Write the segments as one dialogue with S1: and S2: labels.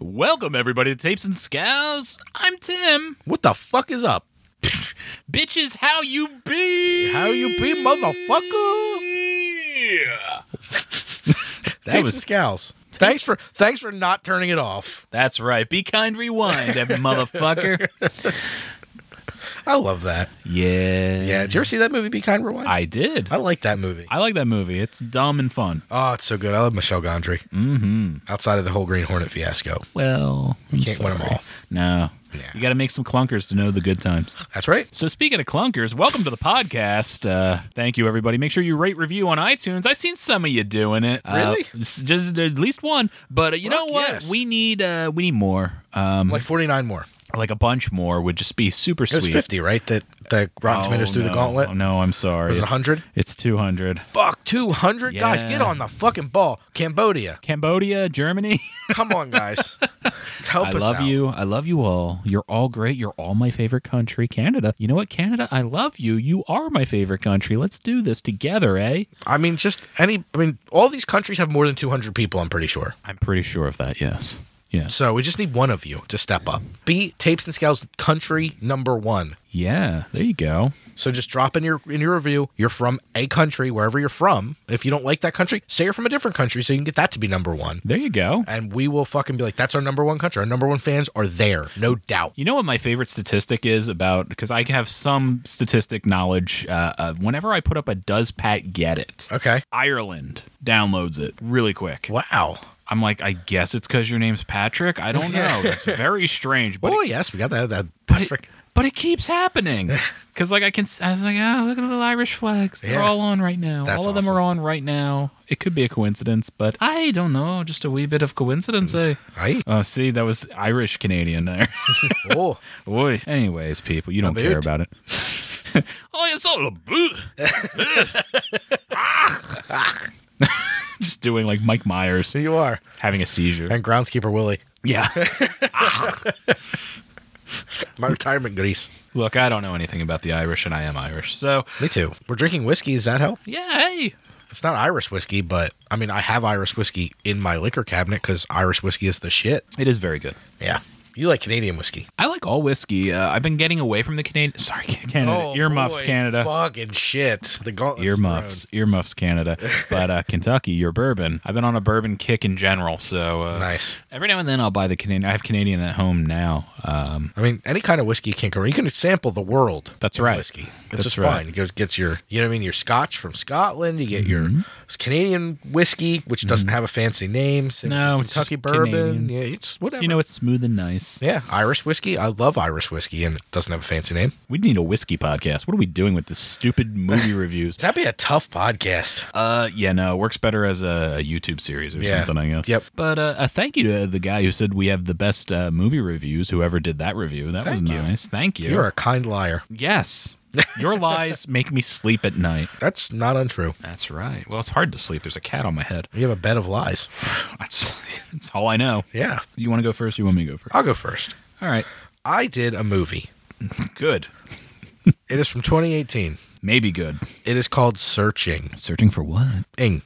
S1: Welcome, everybody, to Tapes and Scows. I'm Tim.
S2: What the fuck is up?
S1: Bitches, how you be?
S2: How you be, motherfucker?
S1: Yeah.
S2: That was scowls. Thanks for thanks for not turning it off.
S1: That's right. Be kind, rewind, that motherfucker.
S2: I love that.
S1: Yeah.
S2: Yeah, did you ever see that movie? Be kind, rewind.
S1: I did.
S2: I like that movie.
S1: I like that movie. It's dumb and fun.
S2: Oh, it's so good. I love Michelle Gondry. Mm-hmm. Outside of the whole Green Hornet fiasco,
S1: Well, you
S2: can't win 'em all.
S1: No.
S2: Yeah.
S1: You got to make some clunkers to know the good times.
S2: that's right.
S1: So speaking of clunkers, welcome to the podcast. Uh, thank you, everybody. Make sure you rate, review on iTunes. I seen some of you doing it. Uh,
S2: Really?
S1: s- just at least one. But uh, you
S2: Fuck
S1: know what?
S2: yes.
S1: We need uh, we need more. Um,
S2: Like forty nine more.
S1: like a bunch more would just be super
S2: It was
S1: sweet.
S2: fifty, right? That the Rotten Tomatoes
S1: Oh,
S2: through the
S1: no.
S2: gauntlet.
S1: No, I'm sorry.
S2: Was it
S1: It's-
S2: 100?
S1: It's 200.
S2: Fuck two hundred guys.
S1: Yeah.
S2: Get on the fucking ball. Cambodia.
S1: Cambodia, Germany.
S2: Come on, guys. Help
S1: I
S2: us
S1: love
S2: out.
S1: you. I love you all. You're all great. You're all my favorite country, Canada. You know what, Canada? I love you. You are my favorite country. Let's do this together, eh?
S2: I mean, just any. I mean, all these countries have more than two hundred people. I'm pretty sure.
S1: I'm pretty sure of that. Yes. Yes.
S2: So we just need one of you to step up. Be Tapes and Scales country number one.
S1: Yeah, there you go.
S2: So just drop in your in your review. You're from a country, wherever you're from. If you don't like that country, say you're from a different country, so you can get that to be number one.
S1: There you go.
S2: And we will fucking be like, that's our number one country. Our number one fans are there, no doubt.
S1: You know what my favorite statistic is about? Because I have some statistic knowledge. Uh, uh, whenever I put up a Does Pat Get It,
S2: Okay.
S1: Ireland downloads it really quick.
S2: Wow.
S1: I'm like, I guess it's because your name's Patrick. I don't know. It's very strange, but
S2: Oh
S1: it,
S2: yes, we got that. That
S1: but it,
S2: Patrick.
S1: but it keeps happening. Because like I can, s- I was like, ah, look at the little Irish flags. They're
S2: Yeah.
S1: all on right now.
S2: That's
S1: all of them
S2: awesome.
S1: are on right now. It could be a coincidence, but I don't know. Just a wee bit of coincidence,
S2: Mm.
S1: eh?
S2: Aye.
S1: Oh, see, that was Irish Canadian there.
S2: Oh,
S1: Oy. Anyways, people, you don't
S2: boot.
S1: care about it. oh, it's all a boot. Just doing like Mike Myers
S2: so you are.
S1: having a seizure.
S2: And groundskeeper Willie,
S1: Yeah.
S2: my retirement Greece.
S1: Look, I don't know anything about the Irish, and I am Irish. So,
S2: Me too. We're drinking whiskey. Does that help?
S1: yeah, hey.
S2: It's not Irish whiskey, but I mean, I have Irish whiskey in my liquor cabinet because Irish whiskey is the shit.
S1: It is very good.
S2: Yeah. You like Canadian whiskey.
S1: I like all whiskey. Uh, I've been getting away from the Canadian. Sorry, Canada. Earmuffs, Canada.
S2: Fucking shit. The gauntlet's
S1: Earmuffs, earmuffs, Canada, but uh, Kentucky, your bourbon. I've been on a bourbon kick in general, so uh,
S2: thrown. Nice.
S1: Every now and then I'll buy the Canadian. I have Canadian at home now. Um,
S2: I mean, any kind of whiskey you can't go. wrong. You can sample the world.
S1: That's
S2: in
S1: right.
S2: Whiskey. It's
S1: That's
S2: just
S1: right.
S2: fine. You go- gets your, you know what I mean, your Scotch from Scotland. You get
S1: Mm-hmm.
S2: your Canadian whiskey, which doesn't have a fancy name. same
S1: No,
S2: with
S1: it's
S2: Kentucky
S1: just
S2: bourbon.
S1: Canadian.
S2: Yeah, it's whatever.
S1: you know, it's smooth and nice.
S2: yeah, Irish whiskey. I love Irish whiskey, and it doesn't have a fancy name.
S1: We need a whiskey podcast. What are we doing with this stupid movie reviews?
S2: That'd be a tough podcast.
S1: Uh, yeah, no, it works better as a YouTube series or
S2: Yeah.
S1: something, I guess.
S2: Yep.
S1: But uh, a thank you to the guy who said we have the best uh, movie reviews. Whoever did that review, that was
S2: Thank you.
S1: nice. Thank you.
S2: You're a kind liar.
S1: yes, your lies make me sleep at night.
S2: That's not untrue.
S1: That's right. Well, it's hard to sleep. There's a cat on my head.
S2: You have a bed of lies.
S1: That's that's all I know.
S2: Yeah.
S1: You want to go first? You want me to go first?
S2: I'll go first.
S1: All right.
S2: I did a movie.
S1: Good.
S2: It is from 2018.
S1: Maybe good.
S2: It is called Searching.
S1: Searching for what?
S2: Ing.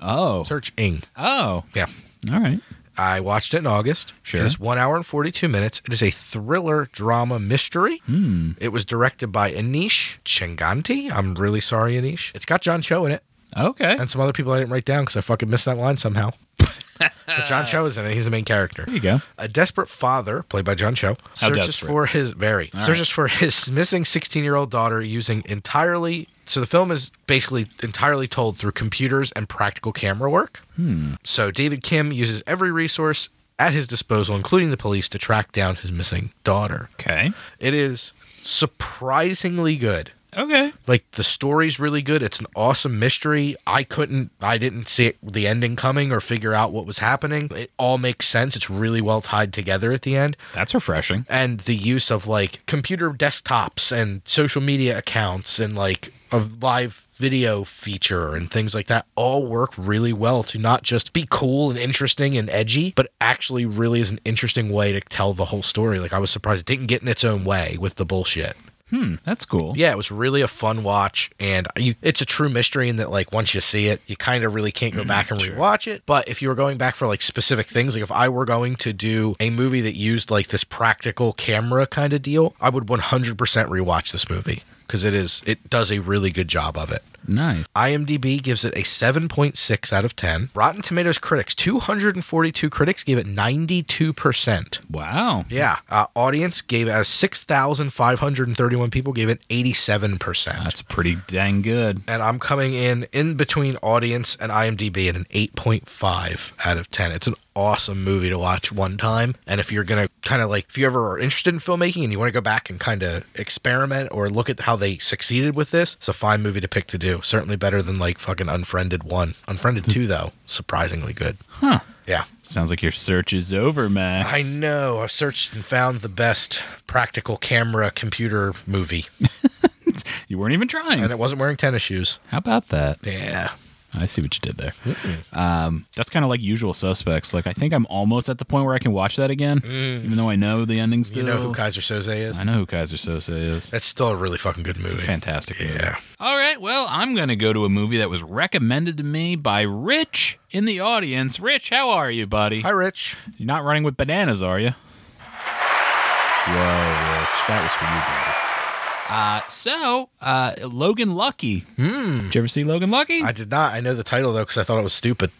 S1: Oh.
S2: Search Ing.
S1: Oh.
S2: Yeah.
S1: All right.
S2: I watched it in August.
S1: Sure.
S2: It is one hour and 42 minutes. It is a thriller drama mystery.
S1: Hmm.
S2: It was directed by Anish Chenganti. I'm really sorry, Anish. It's got John Cho in it
S1: Okay.
S2: and some other people I didn't write down because I fucking missed that line somehow. but John Cho is in it. He's the main character.
S1: there you go.
S2: A desperate father, played by John Cho,
S1: How
S2: searches
S1: desperate?
S2: for his very searches for his missing 16-year-old daughter using entirely. So the film is basically entirely told through computers and practical camera work.
S1: Hmm.
S2: So David Kim uses every resource at his disposal, including the police, to track down his missing daughter.
S1: Okay.
S2: It is surprisingly good.
S1: Okay.
S2: Like the story's really good. It's an awesome mystery. I couldn't, I didn't see it, the ending coming or figure out what was happening. It all makes sense. It's really well tied together at the end.
S1: That's refreshing.
S2: And the use of like computer desktops and social media accounts and like a live video feature and things like that all work really well to not just be cool and interesting and edgy, but actually really is an interesting way to tell the whole story. Like I was surprised it didn't get in its own way with the bullshit.
S1: Hmm, that's cool.
S2: Yeah, it was really a fun watch, and you, it's a true mystery in that like once you see it, you kind of really can't go back and rewatch it. But if you were going back for like specific things, like if I were going to do a movie that used like this practical camera kind of deal, I would 100% rewatch this movie because it is it does a really good job of it.
S1: Nice.
S2: IMDb gives it a 7.6 out of 10. Rotten Tomatoes critics, 242 critics gave it 92%.
S1: Wow.
S2: Yeah. Uh, audience gave it uh, 6,531 people gave it 87%.
S1: That's pretty dang good.
S2: and I'm coming in in between audience and IMDb at an 8.5 out of 10. It's an awesome movie to watch one time. And if you're going to kind of like, if you ever are interested in filmmaking and you want to go back and kind of experiment or look at how they succeeded with this, it's a fine movie to pick to do. Certainly better than like fucking Unfriended 1. Unfriended 2, though, surprisingly good.
S1: Huh.
S2: Yeah.
S1: Sounds like your search is over, Max.
S2: I know. I've searched and found the best practical camera computer movie,
S1: You weren't even trying.
S2: and it wasn't wearing tennis shoes.
S1: How about that?
S2: Yeah.
S1: I see what you did there. Um, that's kind of like Usual Suspects. Like I think I'm almost at the point where I can watch that again, even though I know the ending still.
S2: Mm. You know who Kaiser Soze is?
S1: I know who Kaiser Sosa is.
S2: That's still a really fucking good movie.
S1: Fantastic. movie.
S2: Yeah.
S1: All right. Well, I'm gonna go to a movie that was recommended to me by Rich in the audience. Rich, how are you, buddy?
S2: Hi, Rich.
S1: You're not running with bananas, are you? Whoa, Rich. That was for you, buddy. Uh, so, uh, Logan Lucky. Did you ever see Logan Lucky?
S2: I did not. I know the title though because I thought it was stupid.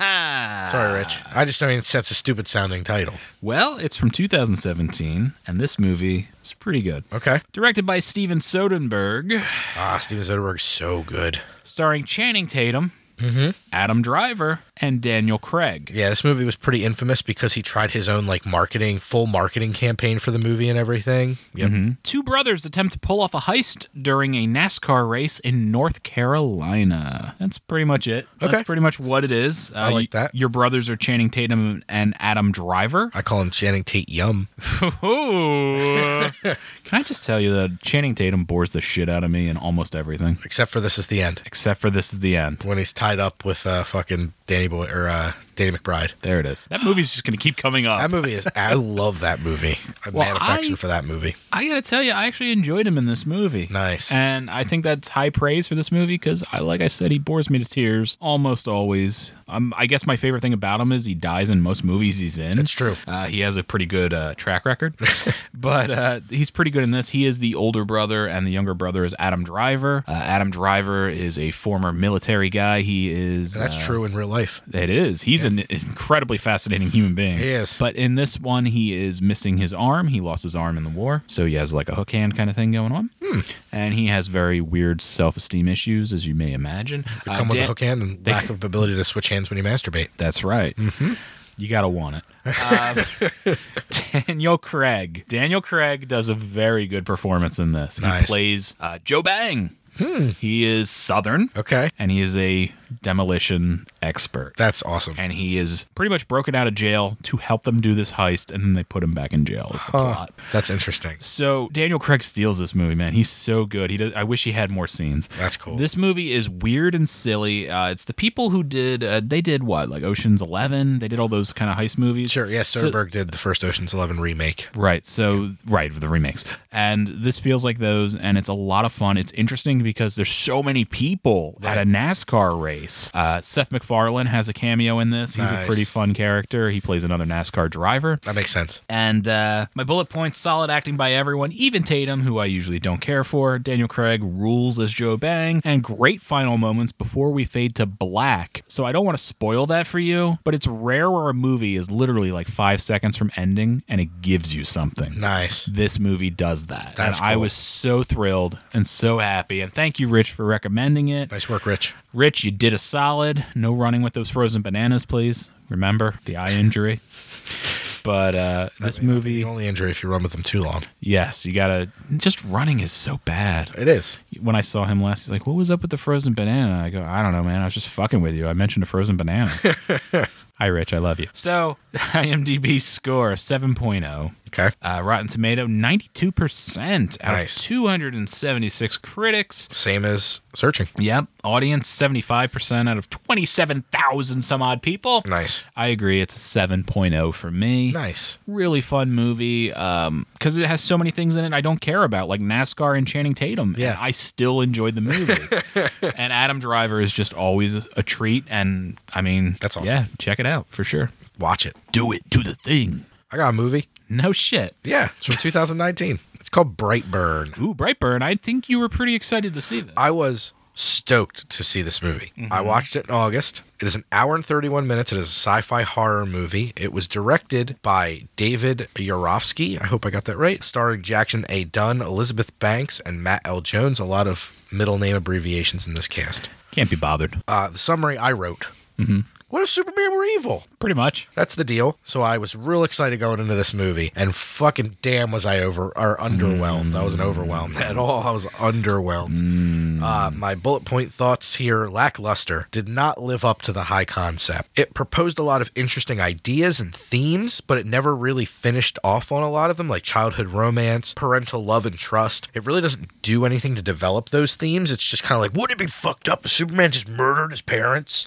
S1: Ah.
S2: Sorry, Rich. I just I mean that's a stupid sounding title.
S1: Well, it's from 2017, and this movie is pretty good.
S2: Okay.
S1: Directed by Steven Soderbergh,
S2: Ah, Steven Soderbergh's so good.
S1: starring Channing Tatum, Mm-hmm. Adam Driver, and Daniel Craig.
S2: Yeah, this movie was pretty infamous because he tried his own like marketing, full marketing campaign for the movie and everything. Yep.
S1: Two brothers attempt to pull off a heist during a NASCAR race in North Carolina. That's pretty much it.
S2: Okay.
S1: That's pretty much what it is. Uh,
S2: I like
S1: y-
S2: that.
S1: Your brothers are Channing Tatum and Adam Driver.
S2: I call him Channing Tate Yum.
S1: Ooh. Can I just tell you that Channing Tatum bores the shit out of me in almost everything,
S2: Except for this is the end
S1: except for this is the end.
S2: when he's tied up with uh, fucking Danny Boy or uh, Danny McBride.
S1: There it is. That movie's just going to keep coming up.
S2: That movie is. I love that movie. I have
S1: Well,
S2: mad affection
S1: I-
S2: for that movie.
S1: I got to tell you, I actually enjoyed him in this movie.
S2: Nice.
S1: And I think that's high praise for this movie because, I, like I said, he bores me to tears almost always. Um, I guess my favorite thing about him is he dies in most movies he's in.
S2: That's true.
S1: Uh, he has a pretty good uh, track record, but uh, he's pretty good in this. He is the older brother, and the younger brother is Adam Driver. Uh, Adam Driver is a former military guy. He is.
S2: That's
S1: uh,
S2: true in real life.
S1: It is. He's an incredibly fascinating human being.
S2: He is.
S1: But in this one, he is missing his arm. He lost his arm in the war. So he has like a hook hand kind of thing going on.
S2: Hmm.
S1: And he has very weird self esteem issues, as you may imagine. Uh,
S2: Come with
S1: Dan-
S2: a hook hand and lack of ability to switch hands when you masturbate.
S1: That's right.
S2: Mm-hmm.
S1: You got to want it. Um, Daniel Craig. Daniel Craig does a very good performance in this.
S2: Nice. Hmm.
S1: He plays uh, Joe Bang. He is Southern.
S2: Okay.
S1: And he is a demolition expert.
S2: That's awesome.
S1: and he is pretty much broken out of jail to help them do this heist, and then they put him back in jail. Is the plot?
S2: That's interesting.
S1: So Daniel Craig steals this movie, man. He's so good. He does. I wish he had more scenes.
S2: That's cool.
S1: This movie is weird and silly. Uh, it's the people who did. Uh, they did what, like Ocean's Eleven? They did all those kind of heist movies.
S2: sure. Yeah, Soderbergh did the first Ocean's Eleven remake.
S1: Right. So right the remakes, and this feels like those, and it's a lot of fun. It's interesting because there's so many people at a NASCAR race. Uh, Seth MacFarlane has a cameo in this. He's
S2: Nice.
S1: a pretty fun character. He plays another NASCAR driver.
S2: That makes sense.
S1: And uh, my bullet points solid acting by everyone, even Tatum, who I usually don't care for. Daniel Craig rules as Joe Bang, and great final moments before we fade to black. So I don't want to spoil that for you, but it's rare where a movie is literally like five seconds from ending and it gives you something.
S2: Nice.
S1: This movie does that.
S2: That's
S1: and I
S2: cool.
S1: was so thrilled and so happy. And thank you, Rich, for recommending it.
S2: Nice work, Rich.
S1: Rich, you did a solid. No running with those frozen bananas, please. Remember the eye injury. But uh, this
S2: That may not be
S1: movie,
S2: The only injury if you run with them too long.
S1: yes, you gotta. Just running is so bad.
S2: It is.
S1: When I saw him last, he's like, "What was up with the frozen banana?" I go, "I don't know, man. I was just fucking with you. I mentioned a frozen banana." Hi, Rich. I love you. So, IMDb score 7.0.
S2: Okay.
S1: Uh, Rotten Tomato, 92% out
S2: Nice.
S1: of 276 critics.
S2: Same as searching.
S1: Yep. Audience, 75% out of 27,000 some odd people.
S2: Nice.
S1: I agree. It's a 7.0 for me.
S2: Nice.
S1: Really fun movie because it has so many things in it I don't care about, like NASCAR and Channing Tatum.
S2: Yeah.
S1: And I still enjoyed the movie. and Adam Driver is just always a treat. And I mean,
S2: That's awesome.
S1: Yeah, check it out for sure.
S2: Watch it.
S1: Do it. Do the thing.
S2: I got a movie.
S1: No shit.
S2: Yeah, it's from 2019. It's called Brightburn.
S1: Ooh, Brightburn. I think you were pretty excited to see this.
S2: I was stoked to see this movie. I watched it in August. It is an hour and 31 minutes. It is a sci fi horror movie. It was directed by David Yarovsky. I hope I got that right. Starring Jackson A. Dunn, Elizabeth Banks, and Matt L. Jones. A lot of middle name abbreviations in this cast.
S1: Can't be bothered.
S2: Uh, the summary I wrote. What if Superman were evil?
S1: Pretty much.
S2: That's the deal. So I was real excited going into this movie, and fucking damn was I over or underwhelmed. I wasn't overwhelmed at all. I was underwhelmed. Uh, my bullet point thoughts here lackluster. Did not live up to the high concept. It proposed a lot of interesting ideas and themes, but it never really finished off on a lot of them, like childhood romance, parental love and trust. It really doesn't do anything to develop those themes. It's just kind of like, would it be fucked up if Superman just murdered his parents?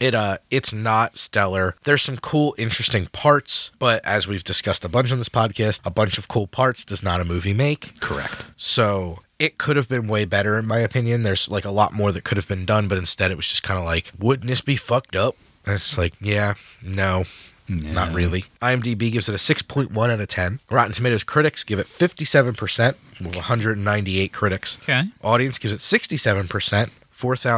S2: It uh it's not stellar. There's some cool interesting parts, but as we've discussed a bunch on this podcast, a bunch of cool parts does not a movie make.
S1: Correct.
S2: So it could have been way better in my opinion. There's like a lot more that could have been done, but instead it was just kind of like, wouldn't this be fucked up? And it's like, yeah, no. Not really. IMDb gives it a 6.1 out of 10. Rotten Tomatoes critics give it 57% with 198 critics.
S1: Okay.
S2: Audience gives it 67%.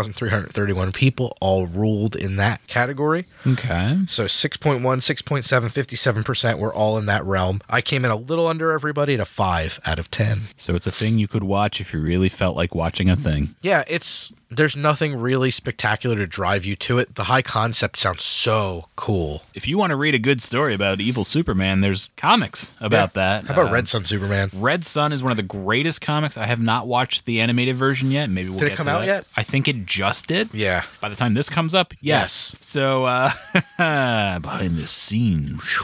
S2: 4,331 people all ruled in that category.
S1: Okay.
S2: So 6.1, 6.7, 57% were all in that realm. I came in a little under everybody at a 5 out of 10.
S1: So it's a thing you could watch if you really felt like watching a thing.
S2: Yeah, it's there's nothing really spectacular to drive you to it. The high concept sounds so cool.
S1: If you want to read a good story about evil Superman, there's comics about that.
S2: How about
S1: Um,
S2: Red Sun Superman?
S1: Red Sun is one of the greatest comics. I have not watched the animated version yet. Maybe we'll
S2: Did it
S1: get
S2: come
S1: to
S2: out
S1: that.
S2: yet?
S1: I think it just did.
S2: Yeah.
S1: By the time this comes up, yes.
S2: Yes.
S1: So uh, behind the scenes,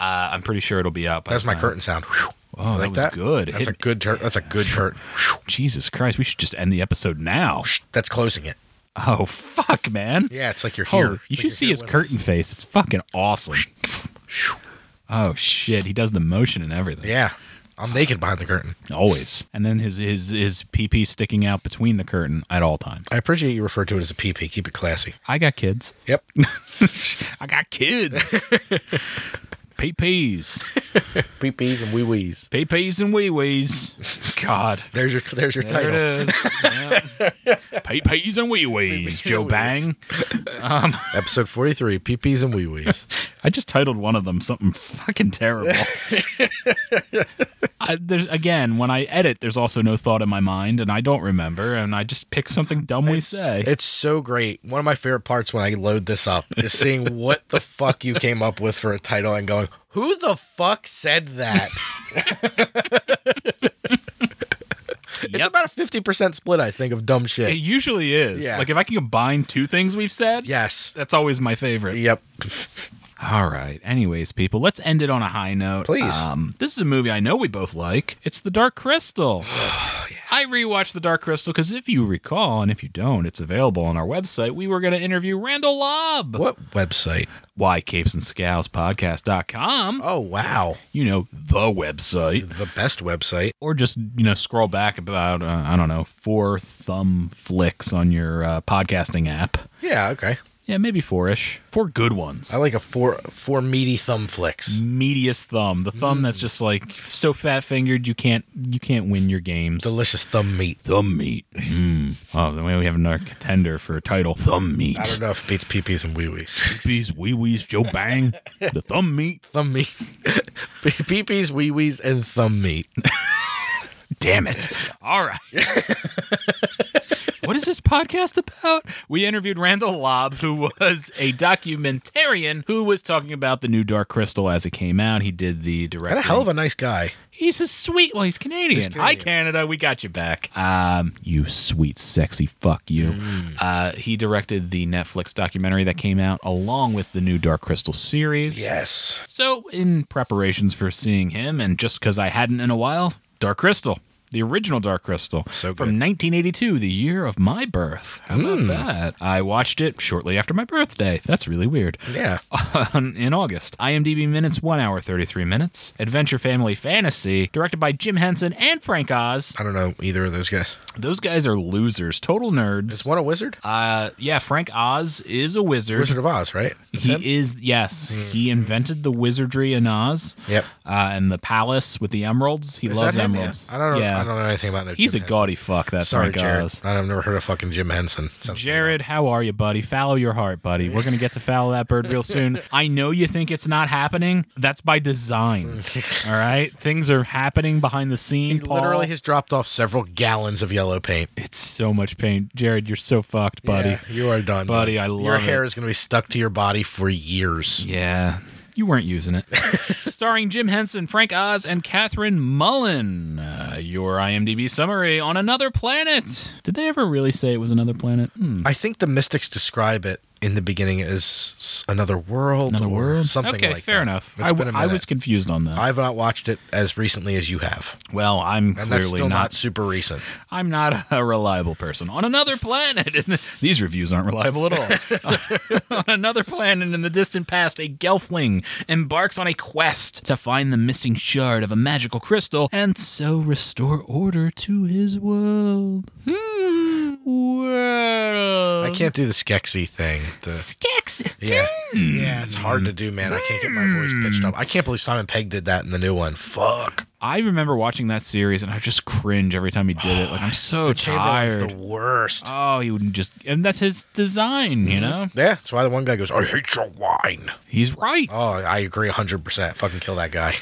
S1: uh, I'm pretty sure it'll be out. By
S2: That's
S1: the
S2: my
S1: time.
S2: curtain sound.
S1: Oh, that was good.
S2: That's
S1: It-
S2: a good turn. That's a good curtain.
S1: Jesus Christ, we should just end the episode now.
S2: That's closing it.
S1: Oh fuck, man.
S2: Yeah, it's like you're
S1: Oh,
S2: here.
S1: you
S2: It's like
S1: should
S2: you're
S1: see
S2: here
S1: his
S2: with us.
S1: curtain face. It's fucking awesome. oh shit, he does the motion and everything.
S2: Yeah. I'm naked behind the curtain.
S1: Always. And then his his his PP sticking out between the curtain at all times.
S2: I appreciate you refer to it as a PP. Keep it classy.
S1: I got kids.
S2: Yep.
S1: I got kids. PPs.
S2: PPs and wee wees.
S1: PPs and wee wees. God.
S2: There's your there's your
S1: There
S2: title.
S1: it is. Yeah. PPs and wee wees, Joe
S2: and
S1: Bang.
S2: Episode 43, PPs and wee wees.
S1: I just titled one of them something fucking terrible. I, there's again, when I edit, there's also no thought in my mind, and I don't remember, and I just pick something dumb we say.
S2: it's so great. One of my favorite parts when I load this up is seeing what the fuck you came up with for a title and going, "Who the fuck said that?" It's
S1: Yep.
S2: about a 50% split, I think, of dumb
S1: it
S2: shit.
S1: usually is.
S2: Yeah.
S1: Like if I can combine two things we've said,
S2: Yes.
S1: that's always my favorite.
S2: Yep.
S1: All right. Anyways, people, let's end it on a high note.
S2: Please.
S1: Um, this is a movie I know we both like. It's The Dark Crystal.
S2: Oh,
S1: I rewatched The Dark Crystal because if you recall, and if you don't, it's available on our website. We were going to interview Randall Lobb.
S2: What website?
S1: why capes and scales podcast.com
S2: Oh, wow.
S1: you know the website
S2: The best website.
S1: or just you know scroll back about uh, i don't know four thumb flicks on your uh, podcasting app
S2: Yeah, okay.
S1: yeah maybe four-ish four good ones
S2: I like a four four meaty thumb flicks.
S1: medius thumb the thumb that's
S2: Mm.
S1: just like so fat fingered you can't you can't win your games
S2: Delicious thumb meat.
S1: thumb meat mm. oh then we have another contender for a title thumb meat
S2: I don't know if it beats PPs and wee wees.
S1: these wee wees joe bang the thumb meat
S2: thumb meat. PPs, wee wees, and thumb meat.
S1: Damn it. All right. what is this podcast about? We interviewed Randall Lobb, who was a documentarian who was talking about the new Dark Crystal as it came out. He did the
S2: And
S1: director.
S2: a hell of a nice guy.
S1: He's a sweet. Well, he's Canadian. Hi, Canada. We got you back. Um, you sweet, sexy fuck you. Uh, he directed the Netflix documentary that came out along with the new Dark Crystal series.
S2: Yes.
S1: So, in preparations for seeing him, and just because I hadn't in a while, Dark Crystal, the original Dark Crystal,
S2: So good.
S1: from 1982, the year of my birth. How about that? I watched it shortly after my birthday. That's really weird.
S2: Yeah.
S1: in August. IMDb minutes, 1 hour 33 minutes. Adventure Family Fantasy, directed by Jim Henson and Frank Oz.
S2: I don't know either of those guys.
S1: Those guys are losers, total
S2: Is
S1: nerds.
S2: one a wizard?
S1: Uh, yeah, Frank Oz is a wizard.
S2: Wizard of Oz, Hmm. right? That's
S1: He
S2: him?
S1: is yes. He invented the wizardry in Oz.
S2: Yep.
S1: Uh, and the palace with the emeralds. He
S2: Is
S1: loves
S2: that him?
S1: emeralds.
S2: Yeah. I don't know.
S1: Yeah.
S2: I don't know anything about no.
S1: He's
S2: Jim
S1: a
S2: Henson.
S1: gaudy fuck. That
S2: Sorry,
S1: Frank
S2: Jared.
S1: Oz.
S2: I've never heard of fucking Jim Henson. Something
S1: Jared, how are you, buddy? Follow your heart, buddy. We're gonna get to follow that bird real soon. I know you think it's not happening. That's by design. All right, things are happening behind the scene.
S2: He literally
S1: Paul.
S2: has dropped off several gallons of yellow paint.
S1: it's so much pain. Jared, you're so fucked, buddy.
S2: Yeah, you are done,
S1: Buddy,
S2: bud.
S1: I love
S2: your
S1: it.
S2: hair is going to be stuck to your body for years.
S1: Yeah. You weren't using it. Starring Jim Henson, Frank Oz, and Catherine Mullen. Uh, your IMDb summary on another planet. Did they ever really say it was another planet? Hmm.
S2: I think the mystics describe it in the beginning as s- another world,
S1: Another
S2: or
S1: world?
S2: something
S1: okay,
S2: like
S1: fair
S2: that.
S1: enough.
S2: It's
S1: I,
S2: been a
S1: I
S2: minute.
S1: was confused on that.
S2: I've not watched it as recently as you have,
S1: well, I'm
S2: and
S1: clearly
S2: that's still not super recent.
S1: I'm not a reliable person on another planet. And these reviews aren't reliable at all. on another planet in the distant past, a Gelfling embarks on a quest to find the missing shard of a magical crystal and so restore order to his world. Hmm. World.
S2: I can't do the Skeksis thing. The,
S1: Skex.
S2: yeah, yeah, it's hard to do, man. I can't get my voice pitched up. I can't believe Simon Pegg did that in the new one. Fuck,
S1: I remember watching that series and I just cringe every time he did it. Like I'm so
S2: Chamberlain's
S1: tired.
S2: the worst.
S1: Oh, he wouldn't just, and that's his design,
S2: Mm-hmm.
S1: you know?
S2: yeah, that's why the one guy goes, "I hate your wine."
S1: He's right.
S2: Oh, I agree hundred percent. Fucking kill that guy.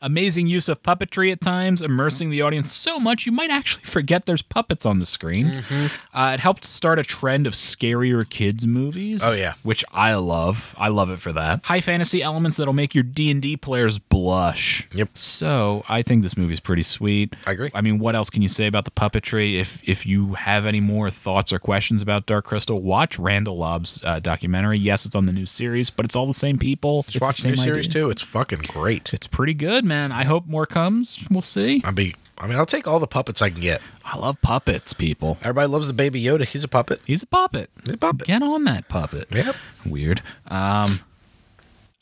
S1: Amazing use of puppetry at times, immersing the audience so much you might actually forget there's puppets on the screen.
S2: Mm-hmm.
S1: Uh, it helped start a trend of scarier kids movies.
S2: Oh, yeah.
S1: which I love. I love it for that. High fantasy elements that'll make your D and D players blush.
S2: Yep.
S1: So I think this movie's pretty sweet.
S2: I agree.
S1: I mean, what else can you say about the puppetry? If if you have any more thoughts or questions about Dark Crystal, watch Randall Lobb's uh, documentary. Yes, it's on the new series, but it's all the same people.
S2: Just
S1: it's
S2: watch
S1: the
S2: the new
S1: same
S2: series
S1: idea.
S2: too. It's fucking great.
S1: It's pretty good, man. I hope more comes. We'll see.
S2: I'll be. I mean, I'll take all the puppets I can get.
S1: I love puppets, people.
S2: Everybody loves the baby Yoda. He's a puppet.
S1: He's a puppet.
S2: He's a puppet.
S1: Get on that puppet.
S2: Yep.
S1: Weird. Um,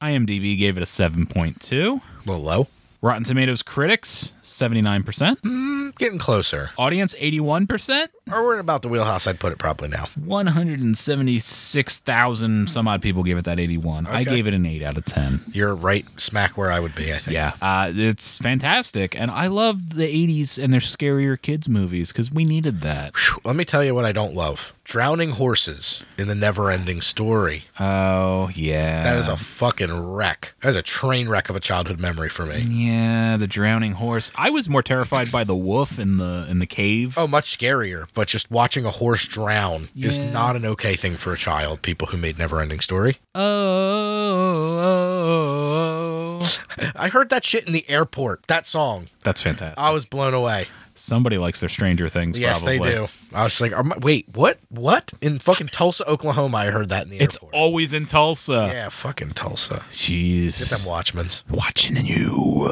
S1: IMDb gave it a 7.2.
S2: A little low.
S1: Rotten Tomatoes critics, 79%.
S2: I'm getting closer.
S1: Audience, 81%.
S2: Or we're in about the wheelhouse I'd put it probably now.
S1: 176,000 some odd people gave it that 81. I
S2: Okay.
S1: gave it an 8 out of 10.
S2: You're right smack where I would be, I think.
S1: Yeah, uh, it's fantastic, and I love the '80s and their scarier kids movies because we needed that.
S2: Phew, Let me tell you what I don't love. Drowning horses in the never ending story.
S1: Oh yeah,
S2: That is a fucking wreck. That is a train wreck of a childhood memory for me.
S1: Yeah, the drowning horse. I was more terrified by the wolf in the in the cave.
S2: Oh, much scarier, but just watching a horse drown is
S1: Yeah.
S2: not an okay thing for a child, people who made Never Ending Story.
S1: Oh, oh, oh, oh.
S2: I heard that shit in the airport, that song.
S1: that's fantastic.
S2: I was blown away.
S1: Somebody likes their Stranger Things.
S2: Yes,
S1: probably.
S2: they do. I was like, "Am I- wait, what? What? In fucking Tulsa, Oklahoma, I heard that in the
S1: It's
S2: airport.
S1: always in Tulsa.
S2: yeah, fucking Tulsa. Get
S1: Jeez,
S2: them Watchmans.
S1: watching you.